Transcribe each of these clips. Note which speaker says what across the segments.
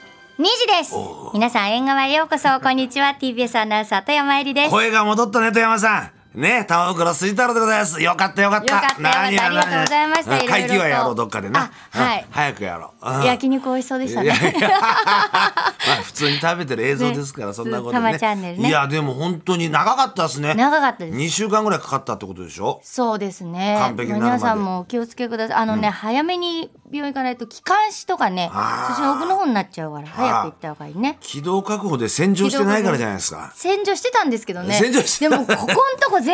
Speaker 1: 時です皆さん縁側へようこそこんにちは TBS アナウンサー富山えりです
Speaker 2: 声が戻ったね、富山さん。ね、玉袋すい太郎でございます。よかったよかった。
Speaker 1: よかった
Speaker 2: 何や
Speaker 1: よかっ
Speaker 2: 何や
Speaker 1: たありがとうございました
Speaker 2: ん
Speaker 1: いろいろと
Speaker 2: 会期はやろう、どっかでな。
Speaker 1: あはい
Speaker 2: うん早くやろう。うん
Speaker 1: 焼肉美味しそうでした
Speaker 2: いや
Speaker 1: ね
Speaker 2: いやまあ普通に食べてる映像ですから、
Speaker 1: ね
Speaker 2: そんなこと
Speaker 1: た
Speaker 2: ね
Speaker 1: まチャンネルね
Speaker 2: いやでも本当に長かったですね
Speaker 1: 長かったです
Speaker 2: 2週間ぐらいかかったってことでしょ
Speaker 1: そうですね
Speaker 2: 完璧になるまで
Speaker 1: 皆さんもお気をつけくださいあのね、早めに病院行かないと気管支とかね
Speaker 2: あー
Speaker 1: そっちの奥の方になっちゃうから早く行った方がいいね
Speaker 2: 軌道確保で洗浄してないからじゃないですか
Speaker 1: 洗浄してたんですけどね
Speaker 2: 洗浄して
Speaker 1: でもここんとこ全然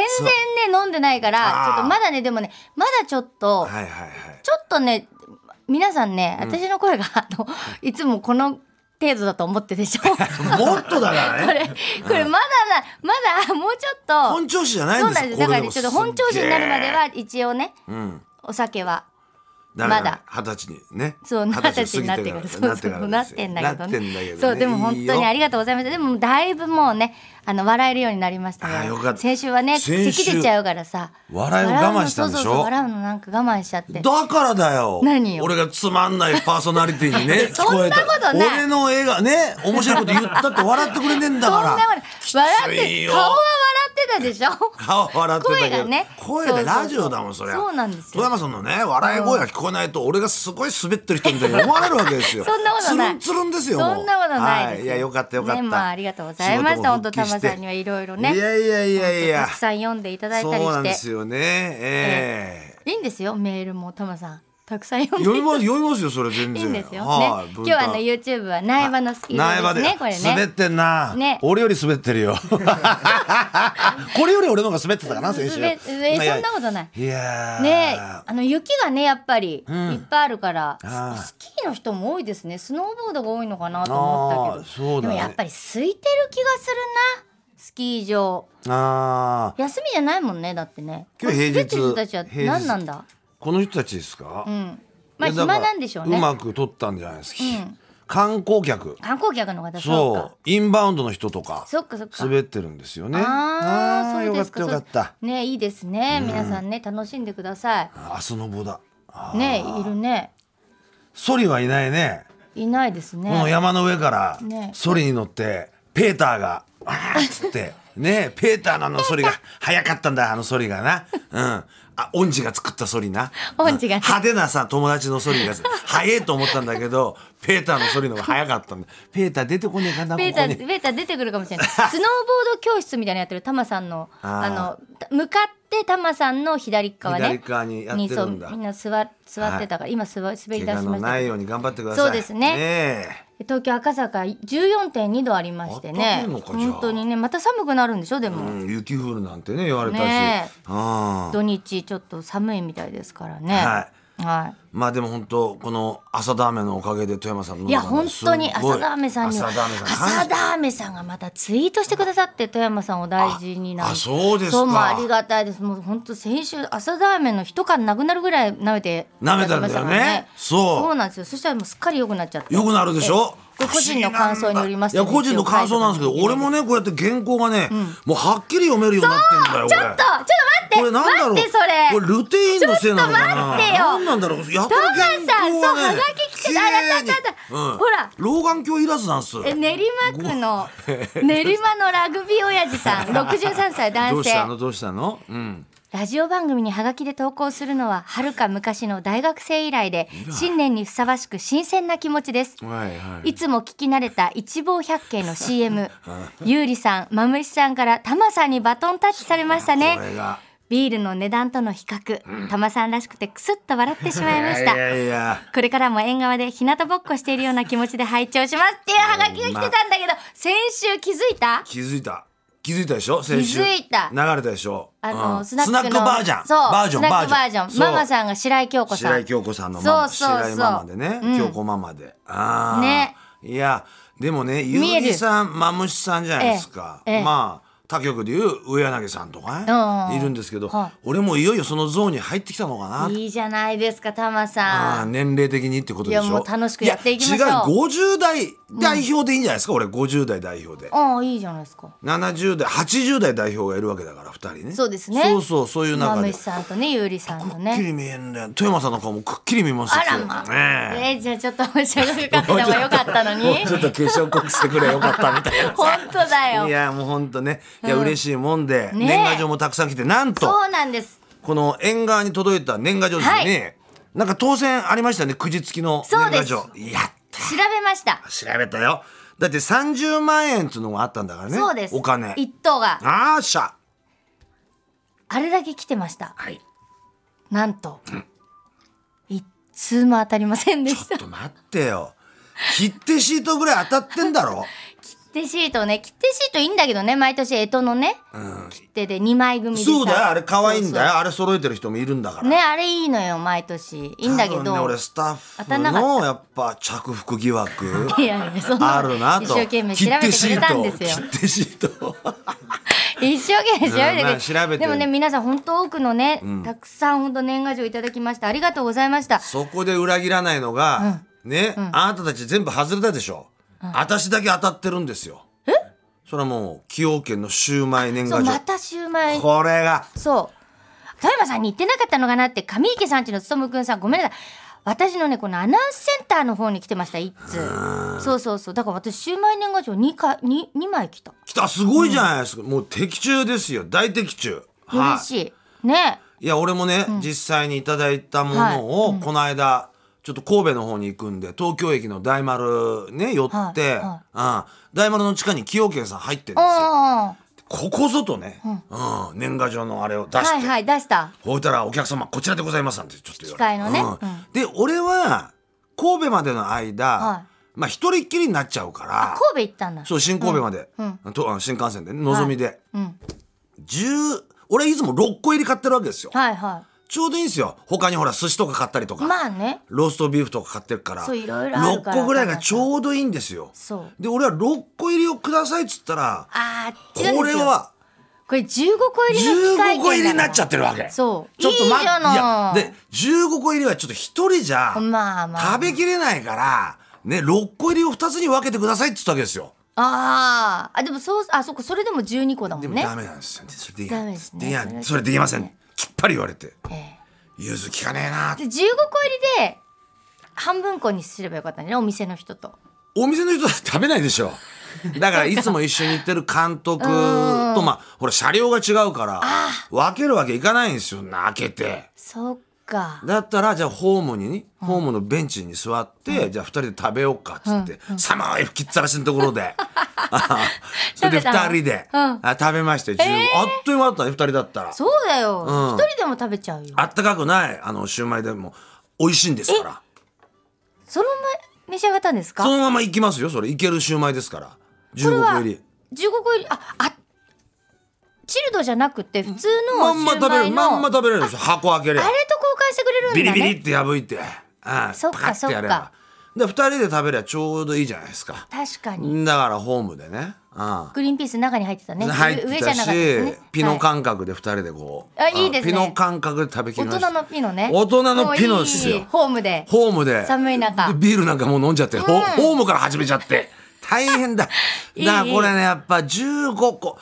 Speaker 1: ね飲んでないか
Speaker 2: あー
Speaker 1: らちょっとまだねでもねまだちょっと、
Speaker 2: はいはいはい
Speaker 1: ちょっとね皆さんね私の声が、あのいつもこの程度だと思ってでしょ
Speaker 2: もっとだから
Speaker 1: こ
Speaker 2: ね
Speaker 1: れこれまだなまだもうちょっと
Speaker 2: 本調子じゃない
Speaker 1: そ
Speaker 2: ん
Speaker 1: う
Speaker 2: です
Speaker 1: なんですだからねちょっと本調子になるまでは一応ね
Speaker 2: うん
Speaker 1: お酒は
Speaker 2: だから
Speaker 1: まだ
Speaker 2: 二十歳にね
Speaker 1: そう 二十歳になっ
Speaker 2: 過
Speaker 1: て
Speaker 2: ぎ
Speaker 1: からそう
Speaker 2: な
Speaker 1: そ
Speaker 2: っ
Speaker 1: う
Speaker 2: てから
Speaker 1: なってんだけど
Speaker 2: なってんだけど
Speaker 1: ね
Speaker 2: ね
Speaker 1: そうでも本当にあ
Speaker 2: り
Speaker 1: りがとうございましたでもだいぶもうねあの笑えるようになりました
Speaker 2: あーよかった
Speaker 1: 先週はね
Speaker 2: 先
Speaker 1: 咳
Speaker 2: 週
Speaker 1: 出ちゃうからさ
Speaker 2: 笑いを我慢したんでしょ
Speaker 1: 笑うのそうそうそう笑うのなんか我慢しちゃって
Speaker 2: だからだよ
Speaker 1: 何よ
Speaker 2: 俺がつまんないパーソナリティ にね聞
Speaker 1: そんな
Speaker 2: こえた
Speaker 1: ことない
Speaker 2: 俺の映画ね面白いこと言ったって笑ってくれねえんだか
Speaker 1: そんな
Speaker 2: ら
Speaker 1: もん笑
Speaker 2: き
Speaker 1: っ
Speaker 2: つい
Speaker 1: て
Speaker 2: よ
Speaker 1: 顔は笑ってたでしょ
Speaker 2: 顔笑ってたけど
Speaker 1: 声がね
Speaker 2: 声
Speaker 1: そう
Speaker 2: で
Speaker 1: そうそう
Speaker 2: ラジオだもんそりゃ
Speaker 1: そうなんですよ
Speaker 2: 富山さんのね笑い声が聞こえないと俺がすごい滑ってる人みたいに思われるわけですよ
Speaker 1: そんなことない
Speaker 2: つるんつるんですよもう
Speaker 1: そんなことないです
Speaker 2: は、い、いやよかったよかった、
Speaker 1: ねまあ、ありがとうございま
Speaker 2: 仕事
Speaker 1: した本当
Speaker 2: も復
Speaker 1: 玉
Speaker 2: 帰して
Speaker 1: さんにはいろいろね
Speaker 2: いやいやいやいや
Speaker 1: たくさん読んでいただいたり
Speaker 2: そうなんで
Speaker 1: し
Speaker 2: す
Speaker 1: て
Speaker 2: よねええ
Speaker 1: いいんですよメールも玉さんたくさん読んで
Speaker 2: 読みます読みますよそれ全
Speaker 1: い
Speaker 2: 然
Speaker 1: いんですよ、
Speaker 2: はい
Speaker 1: ね、今
Speaker 2: 文
Speaker 1: 日
Speaker 2: 化
Speaker 1: はあの YouTube は苗場のスキー
Speaker 2: 苗
Speaker 1: 場
Speaker 2: 場
Speaker 1: で
Speaker 2: です
Speaker 1: ねこれ
Speaker 2: 滑っ
Speaker 1: ね
Speaker 2: てんな、
Speaker 1: ね
Speaker 2: 俺より滑ってる よこれより俺の方が滑ってたかな先週
Speaker 1: 滑っえそんなことない
Speaker 2: いやー
Speaker 1: ねあの雪がねやっぱりいっ
Speaker 2: ん
Speaker 1: ぱいあるから、
Speaker 2: あー
Speaker 1: スキーの人も多いですねスノーボードが多いのかなと思った
Speaker 2: あー
Speaker 1: けど
Speaker 2: そうだ
Speaker 1: で
Speaker 2: ね
Speaker 1: もやっぱり空いてる気がするなスキー場
Speaker 2: あー
Speaker 1: 休みじゃないもんねだってね
Speaker 2: 今日平日
Speaker 1: 滑ってる人たちは
Speaker 2: 平日
Speaker 1: 何なんだ
Speaker 2: この人たちですか、
Speaker 1: うんまあ
Speaker 2: いやだから
Speaker 1: 暇なんでしょうね
Speaker 2: うまく撮ったんじゃないですか、
Speaker 1: うん
Speaker 2: 観光客
Speaker 1: 観光客の方そう
Speaker 2: そ
Speaker 1: か
Speaker 2: うインバウンドの人とか
Speaker 1: そっかそっか
Speaker 2: 滑ってるんですよね
Speaker 1: あ
Speaker 2: あ
Speaker 1: あ
Speaker 2: ー
Speaker 1: そうですか
Speaker 2: よかったよかっ
Speaker 1: そうねいいですね皆さんね楽しんでください
Speaker 2: たあスノボだあー
Speaker 1: ねいるね
Speaker 2: ソリはいないね
Speaker 1: いないです
Speaker 2: この
Speaker 1: ね
Speaker 2: 山の上から
Speaker 1: ね
Speaker 2: ソリに乗ってペーターが「わーっつってねペーターのあのソ リが早かったんだあのソリがなうんあ恩師が作ったソリな
Speaker 1: 恩師がね
Speaker 2: 派手なさ友達のソリがさ早えと思ったんだけどペーターのソリの方が早かったんだペーター出てこねえかなこ
Speaker 1: ベー
Speaker 2: こ
Speaker 1: タ
Speaker 2: に
Speaker 1: ベータ出てくるかもし れないスノーボード教室みたいなのやってるタマさんの
Speaker 2: あー
Speaker 1: あのた向かってタマさんの左側
Speaker 2: 左
Speaker 1: ね
Speaker 2: 側にやってるんだ
Speaker 1: にそうみんな座座ってたから、今座滑り出
Speaker 2: 怪
Speaker 1: しま
Speaker 2: 我の
Speaker 1: した
Speaker 2: ない
Speaker 1: け
Speaker 2: よ
Speaker 1: ど
Speaker 2: うに頑張ってください
Speaker 1: そうですね
Speaker 2: え
Speaker 1: 東京赤坂14.2度ありまして
Speaker 2: 暖か
Speaker 1: ね
Speaker 2: いのかじゃあ
Speaker 1: 本当にねまた寒くなるんでしょでも、
Speaker 2: うん、雪降るなんてね言われたし、
Speaker 1: ねえ
Speaker 2: うん
Speaker 1: 土日ちょっと寒いみたいですからね、
Speaker 2: はい
Speaker 1: はい
Speaker 2: まあでも本当この浅田雨のおかげで富山さんの
Speaker 1: いや本当に浅田
Speaker 2: 雨
Speaker 1: 飴さんには
Speaker 2: 浅田飴さん
Speaker 1: 浅田飴さんがまたツイートしてくださって富山さんを大事にな
Speaker 2: ああそうですか
Speaker 1: そうもうありがたいですもう本当先週浅田飴の一缶なくなるぐらい舐めて
Speaker 2: 舐めたんだよね
Speaker 1: やってましから
Speaker 2: そう
Speaker 1: そうなんですよそしたらもうすっかり良くなっちゃって
Speaker 2: よくなるでしょ
Speaker 1: ええこれ個人の感想によります
Speaker 2: い
Speaker 1: と
Speaker 2: や個人の感想なんですけど俺もねこうやって原稿がね、もうはっきり読めるようになってんだよこ
Speaker 1: ち
Speaker 2: れ
Speaker 1: ょっとちょっと待って
Speaker 2: これなんだろう
Speaker 1: 待ってそれ
Speaker 2: これルテインのせいなのかな
Speaker 1: ちょっと待ってよ
Speaker 2: なんなんだろうやたら原
Speaker 1: ダマさん
Speaker 2: 稿はね
Speaker 1: そうはがき来てたあらたたた
Speaker 2: うん
Speaker 1: ほら
Speaker 2: 老眼鏡いらずなんす
Speaker 1: え練馬区の練馬のラグビー親父さ ん63歳
Speaker 2: ど
Speaker 1: 男
Speaker 2: うした
Speaker 1: 性
Speaker 2: のどうしたのうん
Speaker 1: ラジオ番組にハガキで投稿するのははるか昔の大学生以来で新年にふさわしく新鮮な気持ちです。
Speaker 2: はいはい
Speaker 1: つも聞き慣れた一望 百景の CM ゆうりさんまむしさんからたまさんにバトンタッチされましたね
Speaker 2: これが
Speaker 1: ビールの値段との比較たまさんらしくてクスッと笑ってしまいまし
Speaker 2: い
Speaker 1: た
Speaker 2: やいやいや
Speaker 1: これからも縁側で日向ぼっこしているような気持ちで拝聴しますっていうハガキが来てたんだけど先週気づいた
Speaker 2: 気づいた気づいたでしょ先週
Speaker 1: 気づいた
Speaker 2: 流れたでしょ
Speaker 1: あの、
Speaker 2: うん
Speaker 1: スナックの
Speaker 2: バージョン
Speaker 1: そう
Speaker 2: バージョン
Speaker 1: スナックバージョンママ
Speaker 2: ん
Speaker 1: さんが白井京子さん
Speaker 2: 白井京子さんのママ
Speaker 1: そうそうそう
Speaker 2: 白井ママでね、
Speaker 1: うん
Speaker 2: 京子ママであー
Speaker 1: ね
Speaker 2: いやでもねゆう
Speaker 1: 見える
Speaker 2: りさんまむしさんじゃないですか、
Speaker 1: ええええ
Speaker 2: まあ他局でいう上柳さんとかね、
Speaker 1: うんうんうん
Speaker 2: いるんですけど、
Speaker 1: は
Speaker 2: 俺もいよいよそのゾーンに入ってきたのかなって
Speaker 1: いいじゃないですかタマ
Speaker 2: あ
Speaker 1: さ
Speaker 2: ー
Speaker 1: ん
Speaker 2: 年齢的にってことでしょ
Speaker 1: いやもう楽しくやっていきましょう
Speaker 2: や違う50代代表でいいんじゃないですか、俺50代代表で
Speaker 1: ああいいじゃないですか
Speaker 2: 70代80代代表がいるわけだから2人ね
Speaker 1: そうですね
Speaker 2: そうそうそういう中
Speaker 1: ま
Speaker 2: で
Speaker 1: むしさんとねゆうりさんの
Speaker 2: くっき
Speaker 1: ね
Speaker 2: り見えんだよ富山さんの顔もくっきり見えますよ
Speaker 1: あらまあ、
Speaker 2: ねえ
Speaker 1: えーじゃあちょっとお茶がかかってた方がよかったの に
Speaker 2: ちょっと化粧濃くしてくれよかったみた いな
Speaker 1: 本当だ
Speaker 2: い
Speaker 1: よ
Speaker 2: やもうほんとねいや、嬉しいもんで、
Speaker 1: ねえ
Speaker 2: 年賀状もたくさん来てなんと
Speaker 1: そうなんです
Speaker 2: この縁側に届いた年賀状ですね、なんか当選ありましたねくじ付きの年賀状
Speaker 1: そ
Speaker 2: やった
Speaker 1: 調べました
Speaker 2: 調べたよだって30万円っつうのがあったんだからね
Speaker 1: そうです
Speaker 2: お金
Speaker 1: 一等が
Speaker 2: あーしゃ
Speaker 1: あれだけ来てました
Speaker 2: はい
Speaker 1: なんと、一通も当たりませんでし
Speaker 2: ちょ
Speaker 1: た
Speaker 2: っと待ってよ切手シートぐらい当たってんだろ
Speaker 1: 切手シートね切手シートいいんだけどね毎年干支のね、切手で2枚組でさ
Speaker 2: そうだよあれ可愛いんだ
Speaker 1: そう
Speaker 2: よあれ揃えてる人もいるんだから
Speaker 1: そうねあれいいのよ毎年いいんだけ
Speaker 2: 多
Speaker 1: ど、
Speaker 2: 分ね俺スタッ
Speaker 1: 当た
Speaker 2: フ
Speaker 1: んなかっ
Speaker 2: のやっぱ着服疑惑
Speaker 1: いやいやそんな
Speaker 2: あるなと
Speaker 1: 一生懸命調べてくれたんですよ
Speaker 2: 切手シート切手シート
Speaker 1: 一生懸命調べてく
Speaker 2: うんま
Speaker 1: れ
Speaker 2: あ調べて
Speaker 1: でもね皆さん本当多くのね、たくさん本当年賀状いただきましたありがとうございました
Speaker 2: そこで裏切らないのが、ね、あなたたち全部外れたでしょ、私だけ当たってるんですよえそれはもう崎陽軒のシウマイ年
Speaker 1: そ
Speaker 2: 賀
Speaker 1: う
Speaker 2: 状
Speaker 1: またシューマイ
Speaker 2: これが
Speaker 1: そう富山さんに言ってなかったのかなって上池さんちのつとむくんさんごめんなさい私のねこのアナウンスセンターの方に来てました一通そうそうそうだから私シューマイ年賀状2回二二枚来た
Speaker 2: 来たすごいじゃないですか、もう的中ですよ大的中
Speaker 1: 嬉
Speaker 2: い
Speaker 1: しい、ね
Speaker 2: いや俺もね、実際にいただいたものを、この間ちょっと神戸の方に行くんで東京駅の大丸ね寄って、
Speaker 1: はいは
Speaker 2: うん、大丸の地下に崎陽軒さん入ってるん
Speaker 1: お
Speaker 2: ですよ
Speaker 1: ー
Speaker 2: ここぞとね、うん年賀状のあれを出して、
Speaker 1: はいはい出した
Speaker 2: ほいたらお客様こちらでございますなんてちょっと言われて
Speaker 1: 機械のね
Speaker 2: うん
Speaker 1: うん
Speaker 2: で俺は神戸までの間、
Speaker 1: は
Speaker 2: まあ一人っきりになっちゃうから
Speaker 1: 神戸行ったんだ
Speaker 2: そう新神戸まで、
Speaker 1: うん
Speaker 2: とあの新幹線でねのぞみで、
Speaker 1: うん
Speaker 2: 10俺いつも6個入り買ってるわけですよ
Speaker 1: はいは
Speaker 2: ちょうどいいんですよ他にほら寿司とか買ったりと
Speaker 1: い
Speaker 2: か、
Speaker 1: まあね
Speaker 2: ローストビーフとか買ってるから
Speaker 1: そういろいろある
Speaker 2: 6
Speaker 1: から
Speaker 2: 個ぐらいがちょうどいいんですよ
Speaker 1: そう
Speaker 2: で俺は6個入りをくださいっつったら
Speaker 1: あー違うん
Speaker 2: こ
Speaker 1: で
Speaker 2: れ
Speaker 1: すよ
Speaker 2: は
Speaker 1: これ15個入りの機械
Speaker 2: 15個入りになっちゃっててるわけ
Speaker 1: そう
Speaker 2: ちょっと
Speaker 1: いい
Speaker 2: 待
Speaker 1: じゃない
Speaker 2: やで15個入りはちょっと1人じゃ
Speaker 1: まあまあ
Speaker 2: 食べきれないからね6個入りを2つに分けてくださいっつったわけですよ
Speaker 1: あーあでもそうあそっかそれでも12個だも
Speaker 2: で
Speaker 1: ん
Speaker 2: も
Speaker 1: ね
Speaker 2: ダメなんですよねそれでいいや
Speaker 1: ダメですね
Speaker 2: でいや
Speaker 1: それは
Speaker 2: それできませんきっぱり言われて
Speaker 1: え
Speaker 2: 融通きかねえなっ
Speaker 1: え
Speaker 2: て
Speaker 1: で15個入りで半分個にすればよかったねお店の人と
Speaker 2: お店の人は食べないでしょだからいつも一緒に行ってる監督 とまあほら車両が違うから分けるわけいかないんですよ開けて
Speaker 1: そっか
Speaker 2: だったらじゃあホームにねホームのベンチに座って、じゃあ2人で食べようかっつって、寒い吹きっさらしのところで それで
Speaker 1: 食べたの
Speaker 2: 2人で、
Speaker 1: うん
Speaker 2: あ食べましたよ、15あっという間だったね2人だったら
Speaker 1: そうだよ
Speaker 2: ん
Speaker 1: 一、人でも食べちゃうよ
Speaker 2: あったかくないあのシューマイでも美味しいんですから
Speaker 1: そのまま召し上がったんですか
Speaker 2: そ
Speaker 1: 15
Speaker 2: のままいきますよそれいけるシューマイですから15個入り。
Speaker 1: 個入りああチルドじゃなくて普通
Speaker 2: ま
Speaker 1: の
Speaker 2: んま
Speaker 1: シュ
Speaker 2: 食
Speaker 1: ー
Speaker 2: べれ
Speaker 1: マ
Speaker 2: る
Speaker 1: イ
Speaker 2: まん
Speaker 1: の
Speaker 2: ま食べれるんですよ箱開ければ
Speaker 1: あれと交換してくれるんだね
Speaker 2: ビリビリって破いてああ
Speaker 1: そっか
Speaker 2: パカッてやればで2人で食べりゃちょうどいいじゃないですか
Speaker 1: 確かに
Speaker 2: だからホームでねあ
Speaker 1: グリーンピース中に入ってた
Speaker 2: あ
Speaker 1: ね
Speaker 2: 入って
Speaker 1: 上じ
Speaker 2: た
Speaker 1: ゃなか
Speaker 2: し
Speaker 1: ったですね
Speaker 2: ピノ
Speaker 1: はい
Speaker 2: 感覚で2人でこう
Speaker 1: あいいですね
Speaker 2: あピノ感覚で食べきりま
Speaker 1: 大
Speaker 2: した
Speaker 1: 人のピノね
Speaker 2: 大人のピノですよ
Speaker 1: もういいホームで
Speaker 2: ホームで
Speaker 1: 寒い中
Speaker 2: でビールなんかもう飲んじゃって、ほホームから始めちゃって大変だ
Speaker 1: いい
Speaker 2: だからこれねやっぱ15個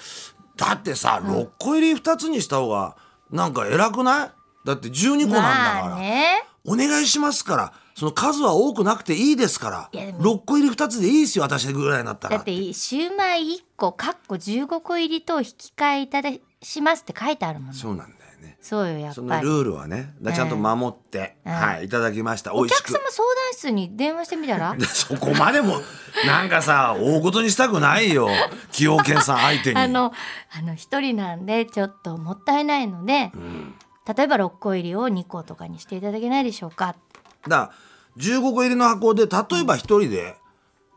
Speaker 2: だってさ6個入り2つにした方がなんか偉くないだって12個なんだから、
Speaker 1: まあね
Speaker 2: お願いしますからその数は多くなくていいですから
Speaker 1: いやでも
Speaker 2: 6個入り2つでいいですよ私ぐらいになった
Speaker 1: だ
Speaker 2: ら
Speaker 1: ってシューマイ1個かっこ15個入りと引き換えいただしますって書いてあるもんね
Speaker 2: そうなんだよね
Speaker 1: そうよやっ
Speaker 2: その
Speaker 1: ぱ
Speaker 2: ル
Speaker 1: り
Speaker 2: ールはねだからちゃんと守って、
Speaker 1: うん
Speaker 2: はいいただきました美
Speaker 1: お
Speaker 2: 味し
Speaker 1: 客
Speaker 2: く
Speaker 1: 様相談室に電話してみ たら
Speaker 2: そこまでもなんかさ大ごとにしたくないよ崎陽軒さん相手に
Speaker 1: あのあの一人なんでちょっともったいないので、例えば6個入りを2個とかにしていただけないでしょうか
Speaker 2: だから15個入りの箱で例えば1人で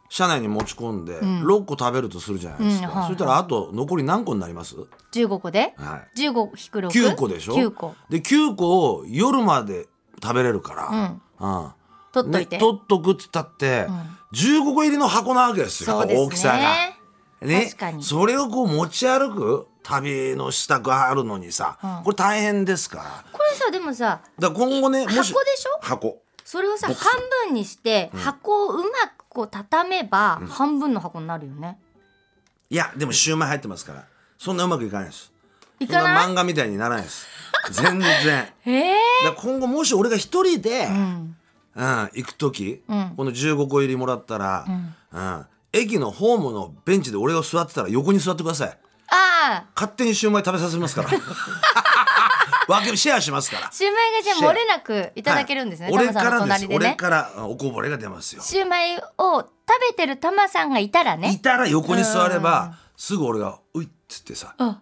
Speaker 2: 車内に持ち込んで6個食べるとするじゃないですか、
Speaker 1: うんはい
Speaker 2: そしたらあと残り何個になります、
Speaker 1: 15個で
Speaker 2: は
Speaker 1: 15引く6
Speaker 2: い、9個でしょ
Speaker 1: 9個
Speaker 2: で9個を夜まで食べれるから、うん
Speaker 1: 取っといて、
Speaker 2: ね取っとくっつったって、15個入りの箱なわけですよ
Speaker 1: そうですね
Speaker 2: 大きさが。ね、
Speaker 1: 確かに
Speaker 2: それをこう持ち歩く旅の支度あるのにさ、
Speaker 1: うん
Speaker 2: これ大変ですから
Speaker 1: これさでもさ
Speaker 2: だから今後ねも
Speaker 1: 箱で
Speaker 2: し
Speaker 1: しょ
Speaker 2: 箱
Speaker 1: それをさ半分にして箱をうまく個畳めば半分の箱になるよね、
Speaker 2: いやでもシューマイ入ってますからそんなうまくいかないです
Speaker 1: いかない
Speaker 2: そんな漫画みたいにならない です全然だか
Speaker 1: ええ
Speaker 2: ら今後もし俺が一人で、う
Speaker 1: ーうんん、
Speaker 2: 行く時、
Speaker 1: うん
Speaker 2: この15個入りもらったら、
Speaker 1: ん
Speaker 2: うん駅のホームのベンチで俺が座ってたら横に座ってください
Speaker 1: ああ
Speaker 2: 勝手にシューマイ食べさせます から分けシェアしますから
Speaker 1: シューマイがじゃあ漏れなくいただけるんです
Speaker 2: は
Speaker 1: ね、
Speaker 2: い
Speaker 1: タ
Speaker 2: 俺
Speaker 1: マ
Speaker 2: か
Speaker 1: さんの
Speaker 2: らです
Speaker 1: 隣で
Speaker 2: 俺
Speaker 1: ね
Speaker 2: からうんおこぼれが出ますよ
Speaker 1: シューマイを食べてるタマさんがいたら
Speaker 2: い
Speaker 1: ね
Speaker 2: たら横に座ればすぐ俺が「うい」っつってさ、
Speaker 1: ん
Speaker 2: うん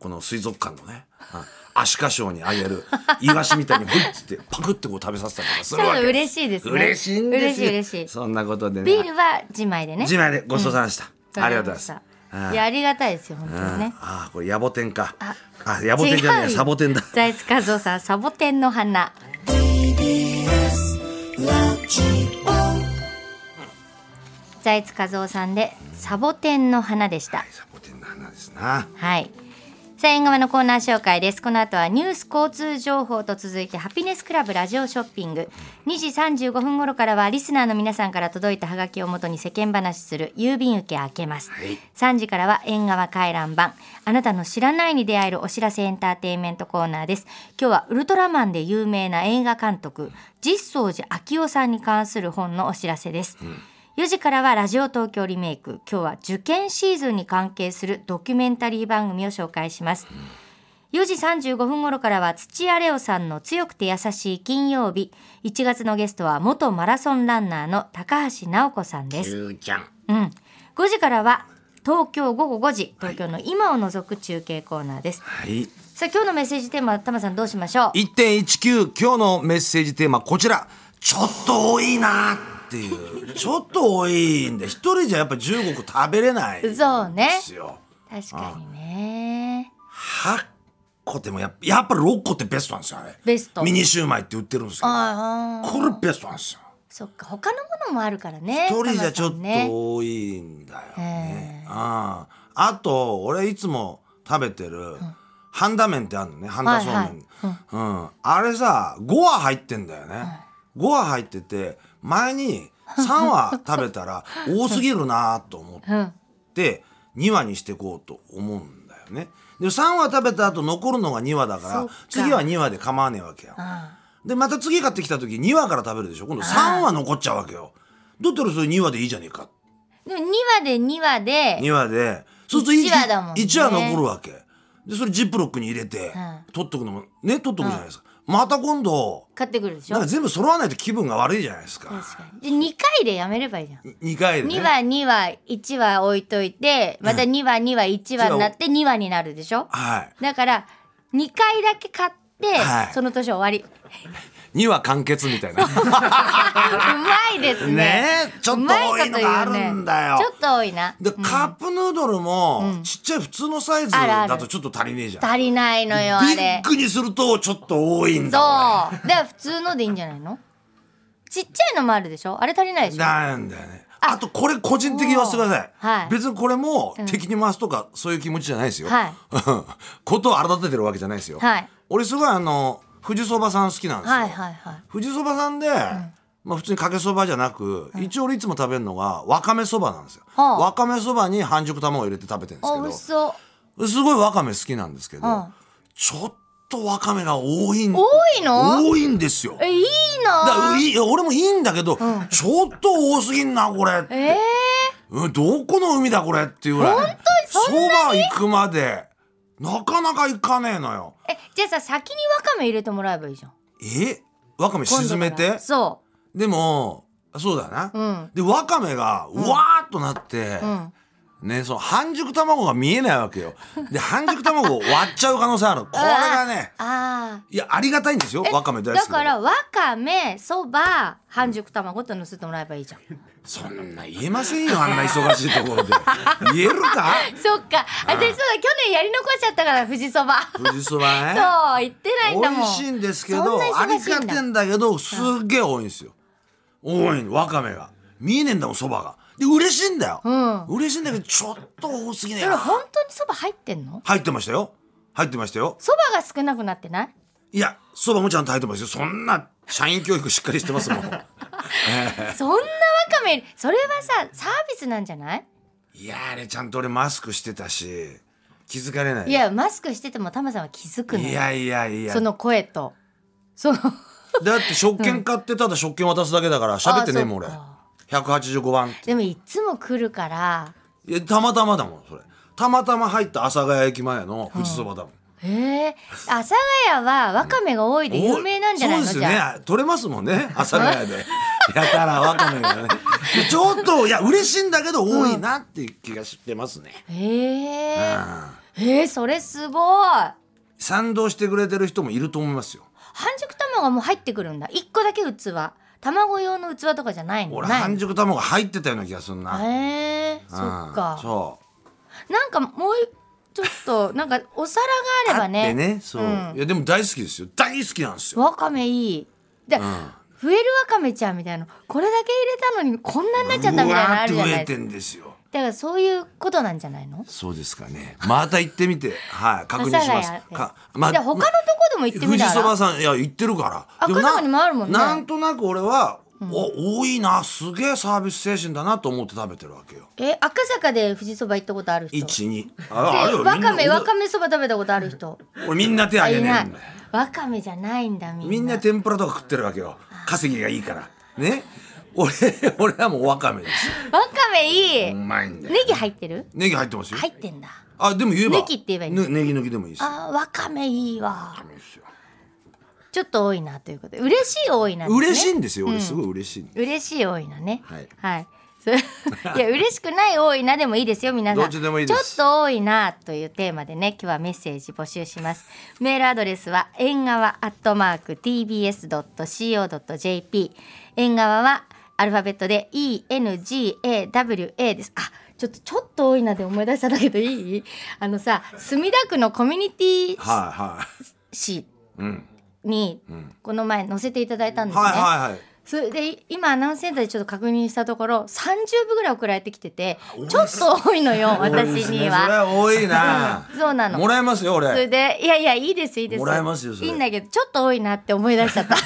Speaker 2: この水族館のね、うんアシカショウにあげる イワシみたいに「ぐい」っつってパクってこう食べさせたりとかす
Speaker 1: ち
Speaker 2: る
Speaker 1: ょ
Speaker 2: わ
Speaker 1: っと
Speaker 2: け
Speaker 1: 嬉しいですね
Speaker 2: 嬉しいんですよ
Speaker 1: 嬉しい嬉しい
Speaker 2: そんなことでね
Speaker 1: ビールは自前でね
Speaker 2: 自前でごちそうさまでした、ありがとうございます、
Speaker 1: いやありがたいですよ本当
Speaker 2: うん
Speaker 1: にね
Speaker 2: あーこれ野暮天か
Speaker 1: あ
Speaker 2: あ野暮天じゃねえ
Speaker 1: 違うよ
Speaker 2: サボテンだ
Speaker 1: 財津和夫さんサボテンの花財津和夫さんでサボテンの花でした
Speaker 2: サボテンの花ですな
Speaker 1: はいさあ縁側のコーナー紹介ですこの後はニュース交通情報と続いてハピネスクラブラジオショッピング2時35分頃からはリスナーの皆さんから届いたハガキをもとに世間話する郵便受け開けます、
Speaker 2: はい
Speaker 1: 3時からは縁側回覧版あなたの知らないに出会えるお知らせエンターテインメントコーナーです今日はウルトラマンで有名な映画監督実相寺昭夫さんに関する本のお知らせです、4時からはラジオ東京リメイク今日は受験シーズンに関係するドキュメンタリー番組を紹介します、4時35分頃からは土屋レオさんの強くて優しい金曜日1月のゲストは元マラソンランナーの高橋直子さんです
Speaker 2: ゆうちゃん
Speaker 1: うん、5時からは東京午後5時東京の今を除く中継コーナーです、
Speaker 2: はい
Speaker 1: さあ今日のメッセージテーマタマさんどうしましょう
Speaker 2: 1.19今日のメッセージテーマこちらちょっと多いなっていうちょっと多いんで一人じゃやっぱ15個食べれないんですよ
Speaker 1: そうね確かにね
Speaker 2: 8個でもやっぱやっぱり6個ってベストなんですよあれ
Speaker 1: ベスト
Speaker 2: ミニシューマイって売ってるんですけど
Speaker 1: ああ
Speaker 2: これベストなんですよ
Speaker 1: そっか他のものもあるからね
Speaker 2: 一人じゃちょっ
Speaker 1: タマさんね
Speaker 2: と多いんだよね、あああと俺いつも食べてるハンダ麺ってあるのねハンダそうめん、
Speaker 1: はいはい
Speaker 2: うん、あれさ5話入ってんだよね、5話入ってて前に3話食べた ら多すぎるなと思って2話にしていこうと思うんだよねで3話食べた後残るのが2話だから
Speaker 1: そっか
Speaker 2: 次は2話で構わねえわけやでまた次買ってきた時2話から食べるでしょ今度3話残っちゃうわけよだったらそれ2話でいいじゃねえか
Speaker 1: でも2話で2話で
Speaker 2: 2話でそうすると
Speaker 1: 一話だもんね
Speaker 2: 1話残るわけでそれジップロックに入れて、
Speaker 1: うん
Speaker 2: 取っとくのもね取っとくじゃないですか、また今度
Speaker 1: 買ってくるでし
Speaker 2: なん
Speaker 1: ょ
Speaker 2: か全部揃わないと気分が悪いじゃないですか
Speaker 1: 確かにで2回でやめればいいじゃん
Speaker 2: 2回でね
Speaker 1: 2話2話1話置いといてまた2話2話1話になって2話になるでしょ
Speaker 2: は
Speaker 1: だから2回だけ買って、
Speaker 2: はい
Speaker 1: その年終 わり
Speaker 2: い2話完結みたいな
Speaker 1: うまいですね
Speaker 2: ねえちょっと多いのがあるんだよ
Speaker 1: うまいこと言うねちょっと多いな
Speaker 2: でカップヌードルもちっちゃい普通のサイズ
Speaker 1: あるある
Speaker 2: だとちょっと足りねえじゃん
Speaker 1: 足りないのよあ
Speaker 2: ビ
Speaker 1: れ
Speaker 2: ッグにするとちょっと多いん
Speaker 1: そう
Speaker 2: だこ
Speaker 1: だから普通のでいいんじゃないのちっちゃいのもあるでしょあれ足りないで
Speaker 2: れ
Speaker 1: しょ
Speaker 2: なんだよねあとこれ個人的に言わせてください、
Speaker 1: おーはい
Speaker 2: 別にこれも敵に回すとかそういう気持ちじゃないですよ、
Speaker 1: はい
Speaker 2: ことを荒立ててるわけじゃないですよ、
Speaker 1: はい
Speaker 2: 俺すごいあの富士そばさん好きなんですよ、
Speaker 1: はいはいはい
Speaker 2: 富士そばさんで、まあ、普通にかけそばじゃなく、一応俺いつも食べるのがわかめそばなんですよ、
Speaker 1: はあ
Speaker 2: わかめそばに半熟卵入れて食べてるんです
Speaker 1: お美味しそう
Speaker 2: けどすごいわかめ好きなんですけど、
Speaker 1: うん
Speaker 2: ちょっとわかめが多いん
Speaker 1: 多いの
Speaker 2: 多いんですよだ
Speaker 1: えいい
Speaker 2: か
Speaker 1: の
Speaker 2: らいいいや俺もいいんだけど、ちょっと多すぎんなこれ、
Speaker 1: えー、
Speaker 2: うんどこの海だこれっていうぐらいそば行くまでなかなか行かねえのよ
Speaker 1: えじゃあさ先にわかめ入れてもらえばいいじゃん
Speaker 2: えわかめ
Speaker 1: 今度か
Speaker 2: 沈
Speaker 1: ら
Speaker 2: めて
Speaker 1: そ
Speaker 2: でもそうだな、
Speaker 1: ううん
Speaker 2: でわかめがうわーっとなって、
Speaker 1: うん
Speaker 2: ねその半熟卵が見えないわけよで半熟卵を割っちゃう可能性あるこれがね
Speaker 1: ああ
Speaker 2: いやありがたいんですよわかめ大好き
Speaker 1: だ
Speaker 2: けど
Speaker 1: からわかめそば半熟卵と乗せてもらえばいいじゃん
Speaker 2: そんな言えませんよあんな忙しいところで言える か
Speaker 1: そっか私そうだ去年やり残しちゃったから富士そば
Speaker 2: 富士そばね
Speaker 1: そう言ってないん
Speaker 2: 美
Speaker 1: だもん
Speaker 2: 味しいんですけ
Speaker 1: そん
Speaker 2: ど
Speaker 1: な
Speaker 2: あり
Speaker 1: 忙しい
Speaker 2: が
Speaker 1: んだ
Speaker 2: てんだけどすっげえ多いんですよ多いのわかめが見えねえんだもんそばがで嬉しいんだよ、
Speaker 1: うん
Speaker 2: 嬉しいんだけどちょっと多すぎねえ
Speaker 1: それ
Speaker 2: な
Speaker 1: 本当にそば入ってんの
Speaker 2: 入ってましたよ入ってましたよ
Speaker 1: そばが少なくなってない
Speaker 2: いやそ ばもちゃんと入ってますよそんな社員教育しっかりしてますもん
Speaker 1: そんなわかめにそれはさサービスなんじゃない
Speaker 2: いやあれちゃんと俺マスクしてたし気づかれない
Speaker 1: いやマスクしててもタマさんは気づくの
Speaker 2: い
Speaker 1: よ
Speaker 2: やいやいや
Speaker 1: その声とその
Speaker 2: だって食券買ってただ食券渡すだけだから 喋ってねえもん俺
Speaker 1: あそっか
Speaker 2: 185番って
Speaker 1: でもいつも来るから
Speaker 2: いやたまたまだもんそれたまたま入った阿佐ヶ谷駅前の富士そばだもん、
Speaker 1: へえ阿佐ヶ谷はわかめが多いで有名なんじゃないの
Speaker 2: そう
Speaker 1: じ
Speaker 2: です
Speaker 1: ゃあ
Speaker 2: ね取れますもんね阿佐ヶ谷 でやたらわかめがねでちょっといや嬉しいんだけど多いなっていう気がしてますね、
Speaker 1: へ
Speaker 2: う
Speaker 1: え
Speaker 2: ん
Speaker 1: へえそれすごい
Speaker 2: 賛同してくれてる人もいると思いますよ
Speaker 1: 半熟卵も入ってくるんだ一個だけ器卵用の器とかじゃないの
Speaker 2: 俺
Speaker 1: ない
Speaker 2: 半熟卵入ってたような気がするな、
Speaker 1: へえそっ
Speaker 2: うん
Speaker 1: か
Speaker 2: そう
Speaker 1: なんかもうちょっとなんかお皿があれば
Speaker 2: あって
Speaker 1: ね
Speaker 2: ねそう、
Speaker 1: うん
Speaker 2: いやでも大好きですよ大好きなんですよ
Speaker 1: わかめいいで、増えるわかめちゃんみたいなこれだけ入れたのにこんなになっちゃったみたいなのあるじゃ
Speaker 2: うわ
Speaker 1: な
Speaker 2: ー
Speaker 1: い
Speaker 2: って増えて
Speaker 1: ですか
Speaker 2: んですよ
Speaker 1: だからそういうことなんじゃないの
Speaker 2: そうですかねまた行ってみてはい確認し
Speaker 1: 阿
Speaker 2: ま
Speaker 1: 佐
Speaker 2: す
Speaker 1: ヶ谷
Speaker 2: か、
Speaker 1: で他のとこでも行ってみ
Speaker 2: 富士
Speaker 1: た
Speaker 2: そば
Speaker 1: ら
Speaker 2: さんいや行ってるから
Speaker 1: あ
Speaker 2: な
Speaker 1: 家族にもあるもんね
Speaker 2: なんとなく俺は、お多いなすげえサービス精神だなと思って食べてるわけよ
Speaker 1: え赤坂で富士そば行ったことある人
Speaker 2: 12
Speaker 1: で
Speaker 2: ああるよ
Speaker 1: わかめ
Speaker 2: みんな
Speaker 1: わかめそば食べたことある人
Speaker 2: 俺俺みんな手あげ
Speaker 1: い
Speaker 2: ね
Speaker 1: な
Speaker 2: え
Speaker 1: い
Speaker 2: んだよ
Speaker 1: わかめじゃないんだみんな
Speaker 2: みんな天ぷらとか食ってるわけよ稼ぎがいいからね俺俺はもうわかめです
Speaker 1: わかめいい
Speaker 2: よう
Speaker 1: ネ
Speaker 2: まいんだよ
Speaker 1: ギ入ってる
Speaker 2: ネギ入ってますよ
Speaker 1: 入ってんだ
Speaker 2: あでも言えば
Speaker 1: 抜きって言えばいい
Speaker 2: ねネギ抜きでもいいですよ
Speaker 1: あーわかめいいわ
Speaker 2: いいですよ
Speaker 1: ちょっと多いなということで嬉しい多いなですね
Speaker 2: 嬉しいんですよ俺すごい嬉しいの
Speaker 1: 嬉しい多いなね。
Speaker 2: はい
Speaker 1: はい。それ いや嬉しくない多いなでもいいですよ皆さん
Speaker 2: どっちでもいいです
Speaker 1: ちょっと多いなというテーマでね今日はメッセージ募集しますメールアドレスは縁側アットマーク tbs.co.jp 縁側はアルファベットで engawa ですあちょっとちょっと多いなで思い出したんだけどいいあのさ墨田区のコミュニティ
Speaker 2: はいはい
Speaker 1: 誌
Speaker 2: うん
Speaker 1: にこの前載せていただいたんですね、
Speaker 2: はいはいはい
Speaker 1: それで今アナウンスセンターでちょっと確認したところ30部ぐらい送られてきてて
Speaker 2: 多いっす
Speaker 1: ちょっと多いのよ
Speaker 2: 多いで
Speaker 1: 私
Speaker 2: すねそ
Speaker 1: に
Speaker 2: れ
Speaker 1: は。
Speaker 2: は多いな
Speaker 1: うん そうなの
Speaker 2: もらえますよ
Speaker 1: それ
Speaker 2: 俺
Speaker 1: でいやいやいいですいいです
Speaker 2: もらえますよそれ
Speaker 1: いいんだけどちょっと多いなって思い出しちゃった い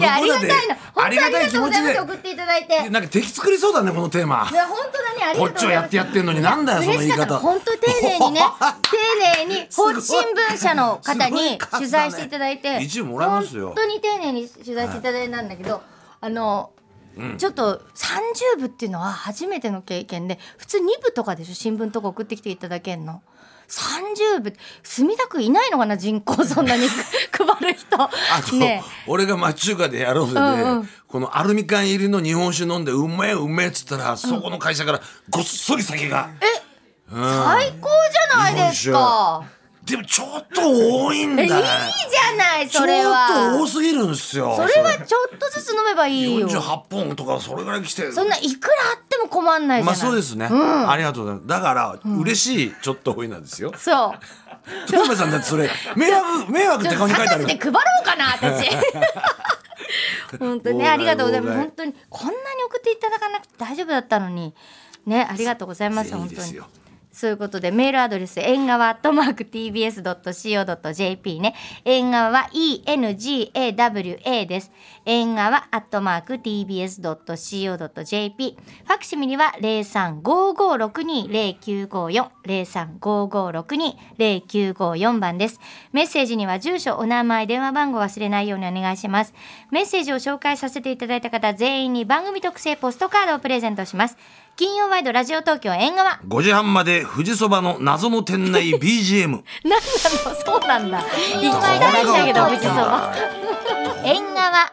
Speaker 1: やあ
Speaker 2: 向
Speaker 1: り
Speaker 2: こ
Speaker 1: が
Speaker 2: うだ
Speaker 1: た
Speaker 2: っ
Speaker 1: い
Speaker 2: て
Speaker 1: の本当にあ
Speaker 2: あ
Speaker 1: り
Speaker 2: り
Speaker 1: が
Speaker 2: が
Speaker 1: と
Speaker 2: たい
Speaker 1: うご
Speaker 2: 気
Speaker 1: ざ
Speaker 2: 持ちで
Speaker 1: いま
Speaker 2: す
Speaker 1: 送っていただいてい
Speaker 2: なんか敵作りそうだねこのテーマ
Speaker 1: や本当だねあり
Speaker 2: こ
Speaker 1: が
Speaker 2: っ
Speaker 1: とう
Speaker 2: ち
Speaker 1: ご
Speaker 2: を
Speaker 1: ざい
Speaker 2: や
Speaker 1: ま
Speaker 2: っ
Speaker 1: す
Speaker 2: てやってんのになんだよその
Speaker 1: 嬉
Speaker 2: 言い
Speaker 1: しかった
Speaker 2: 方
Speaker 1: 本当に丁寧 にね丁寧に
Speaker 2: すごい
Speaker 1: 報知新聞社の方
Speaker 2: すご
Speaker 1: に
Speaker 2: い数だね
Speaker 1: 取材していただいて
Speaker 2: 一部もらえますよ
Speaker 1: 本当に丁寧に取材していただいたんだけど、あの、ちょっと30部っていうのは初めての経験で普通2部とかでしょ新聞とか送ってきていただけんの。30部墨田区いないのかな人口そんなに 配る人
Speaker 2: あと、
Speaker 1: ね
Speaker 2: 俺が町中華でやろうぜで、
Speaker 1: うんうん
Speaker 2: このアルミ缶入りの日本酒飲んでうめえうめえっつったら、そこの会社からごっそり酒が
Speaker 1: え最高じゃないですか
Speaker 2: でもちょっと多いんだ
Speaker 1: えいい
Speaker 2: ね
Speaker 1: じゃない
Speaker 2: ちょ
Speaker 1: そ
Speaker 2: っ
Speaker 1: れは
Speaker 2: と多すぎるんですよ
Speaker 1: それはちょっとずつ飲めばいいよ。
Speaker 2: 48本とかそれぐらい来て
Speaker 1: そんないくらあっても困んないじゃない。。
Speaker 2: まあそうですすね、ありがとうございますだから、嬉しいちょっと多いなんですよ
Speaker 1: そう。
Speaker 2: トムさんだってそれ迷惑迷惑っ
Speaker 1: ちょ
Speaker 2: て
Speaker 1: っと
Speaker 2: 顔に書いてあ
Speaker 1: サ
Speaker 2: る
Speaker 1: で配ろうかな 私。本当にねありがとうございます。本当にこんなに送っていただかなくて大丈夫だったのにねありがとうございます
Speaker 2: いい
Speaker 1: 本
Speaker 2: で
Speaker 1: 当
Speaker 2: す
Speaker 1: に
Speaker 2: よ。
Speaker 1: そういうことでメールアドレス縁側トマーク tbs.co.jp ね縁側は engawa です縁側アットマーク tbs.co.jp ファクシミリは0355620954 0355620954番ですメッセージには住所お名前電話番号忘れないようにお願いしますメッセージを紹介させていただいた方全員に番組特製ポストカードをプレゼントします金曜ワイドラジオ東京縁側
Speaker 2: 5時半まで富士そばの謎の店内 BGM
Speaker 1: なんなの そうなんだ。いっぱい出したけど、別にそう。縁側。